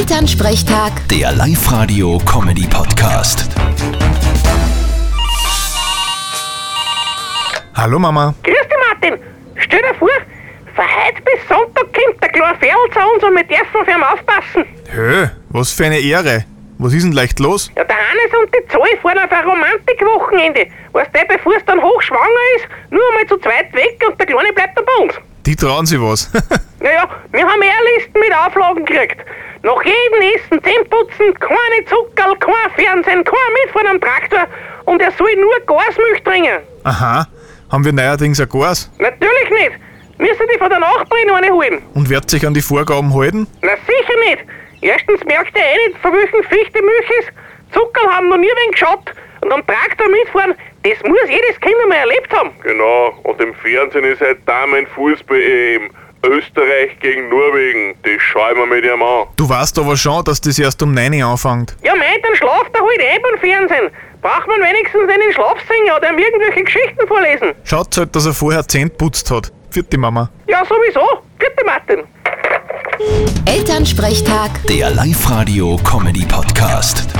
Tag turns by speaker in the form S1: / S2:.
S1: Elternsprechtag,
S2: Der Live-Radio-Comedy-Podcast.
S3: Hallo Mama.
S4: Grüß dich, Martin. Stell dir vor, von heute bis Sonntag kommt der kleine Ferl zu uns und wir dürfen auf ihn aufpassen.
S3: Hö, was für eine Ehre. Was ist denn leicht los?
S4: Ja, der Hannes und die Zoe fahren auf ein Romantikwochenende. Weißt du, bevor es dann hochschwanger ist, nur einmal zu zweit weg und der Kleine bleibt dann bei uns.
S3: Die trauen sich was.
S4: Naja, wir haben Ehrlisten mit Auflagen gekriegt. Nach jedem Essen Zähneputzen, keine Zuckerl, kein Fernsehen, kein Mitfahren am Traktor und er soll nur Gasmilch trinken.
S3: Aha, haben wir neuerdings ein Gas
S4: Natürlich nicht. Müssen die von der Nachbarin eine holen.
S3: und wird sich an die Vorgaben halten?
S4: Na sicher nicht. Erstens merkt er eh nicht, von welchen Ficht die Milch ist. Zuckerl haben noch nie wen geschaut. Und am Traktor mitfahren, das muss jedes Kind einmal erlebt haben.
S5: Genau, und im Fernsehen ist halt Damenfußball-EM. Österreich gegen Norwegen, das schauen wir mit ihm an.
S3: Du weißt aber schon, dass das erst um 9 Uhr anfängt.
S4: Ja meint, dann schlaft er halt eh beim Fernsehen. Braucht man wenigstens einen Schlafsänger oder ihm irgendwelche Geschichten vorlesen.
S3: Schaut halt, dass er vorher Zähne putzt hat. Für die Mama.
S4: Ja, sowieso. Bitte, Martin.
S1: Elternsprechtag.
S2: Der Live-Radio-Comedy-Podcast.